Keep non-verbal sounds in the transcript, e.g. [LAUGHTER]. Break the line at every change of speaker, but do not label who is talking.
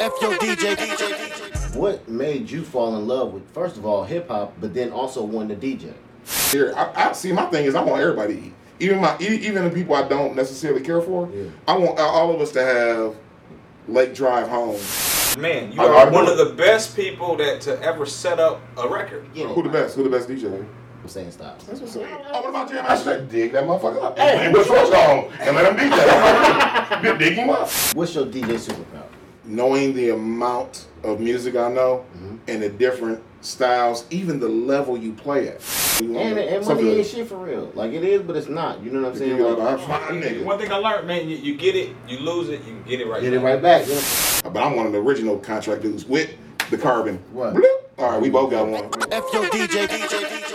F your DJ, DJ, DJ.
What made you fall in love with first of all hip hop, but then also wanting to DJ?
Here, I, I see. My thing is, I want everybody to eat. Even my, e- even the people I don't necessarily care for.
Yeah.
I want all of us to have late drive home.
Man, you
I-
are
I
one
know.
of the best people that to ever set up a record.
Get
Oh,
it.
Who the best? Who the best DJ?
I'm saying stop.
That's what's up. Oh, what about Jam Master?
Just dig that motherfucker up. Hey, and put shorts on and let him dig that
[LAUGHS]
motherfucker. dig him up.
What's your DJ superpower?
knowing the amount of music I know
Mm-hmm.
and the different styles, even the level you play at. You want
And, and
something
money
to-
ain't shit for real. Like it is, but it's not. You know what I'm
to
saying?
give you all the
Like,
options.
My nigga.
One thing I learned, man, you, you get it, you lose it, you can get it right.
get it
back.
right back. you know?
But I'm one of the original contract dudes with the carbon.
What?
Bloop. All right, we both got one.
F your DJ, DJ, DJ.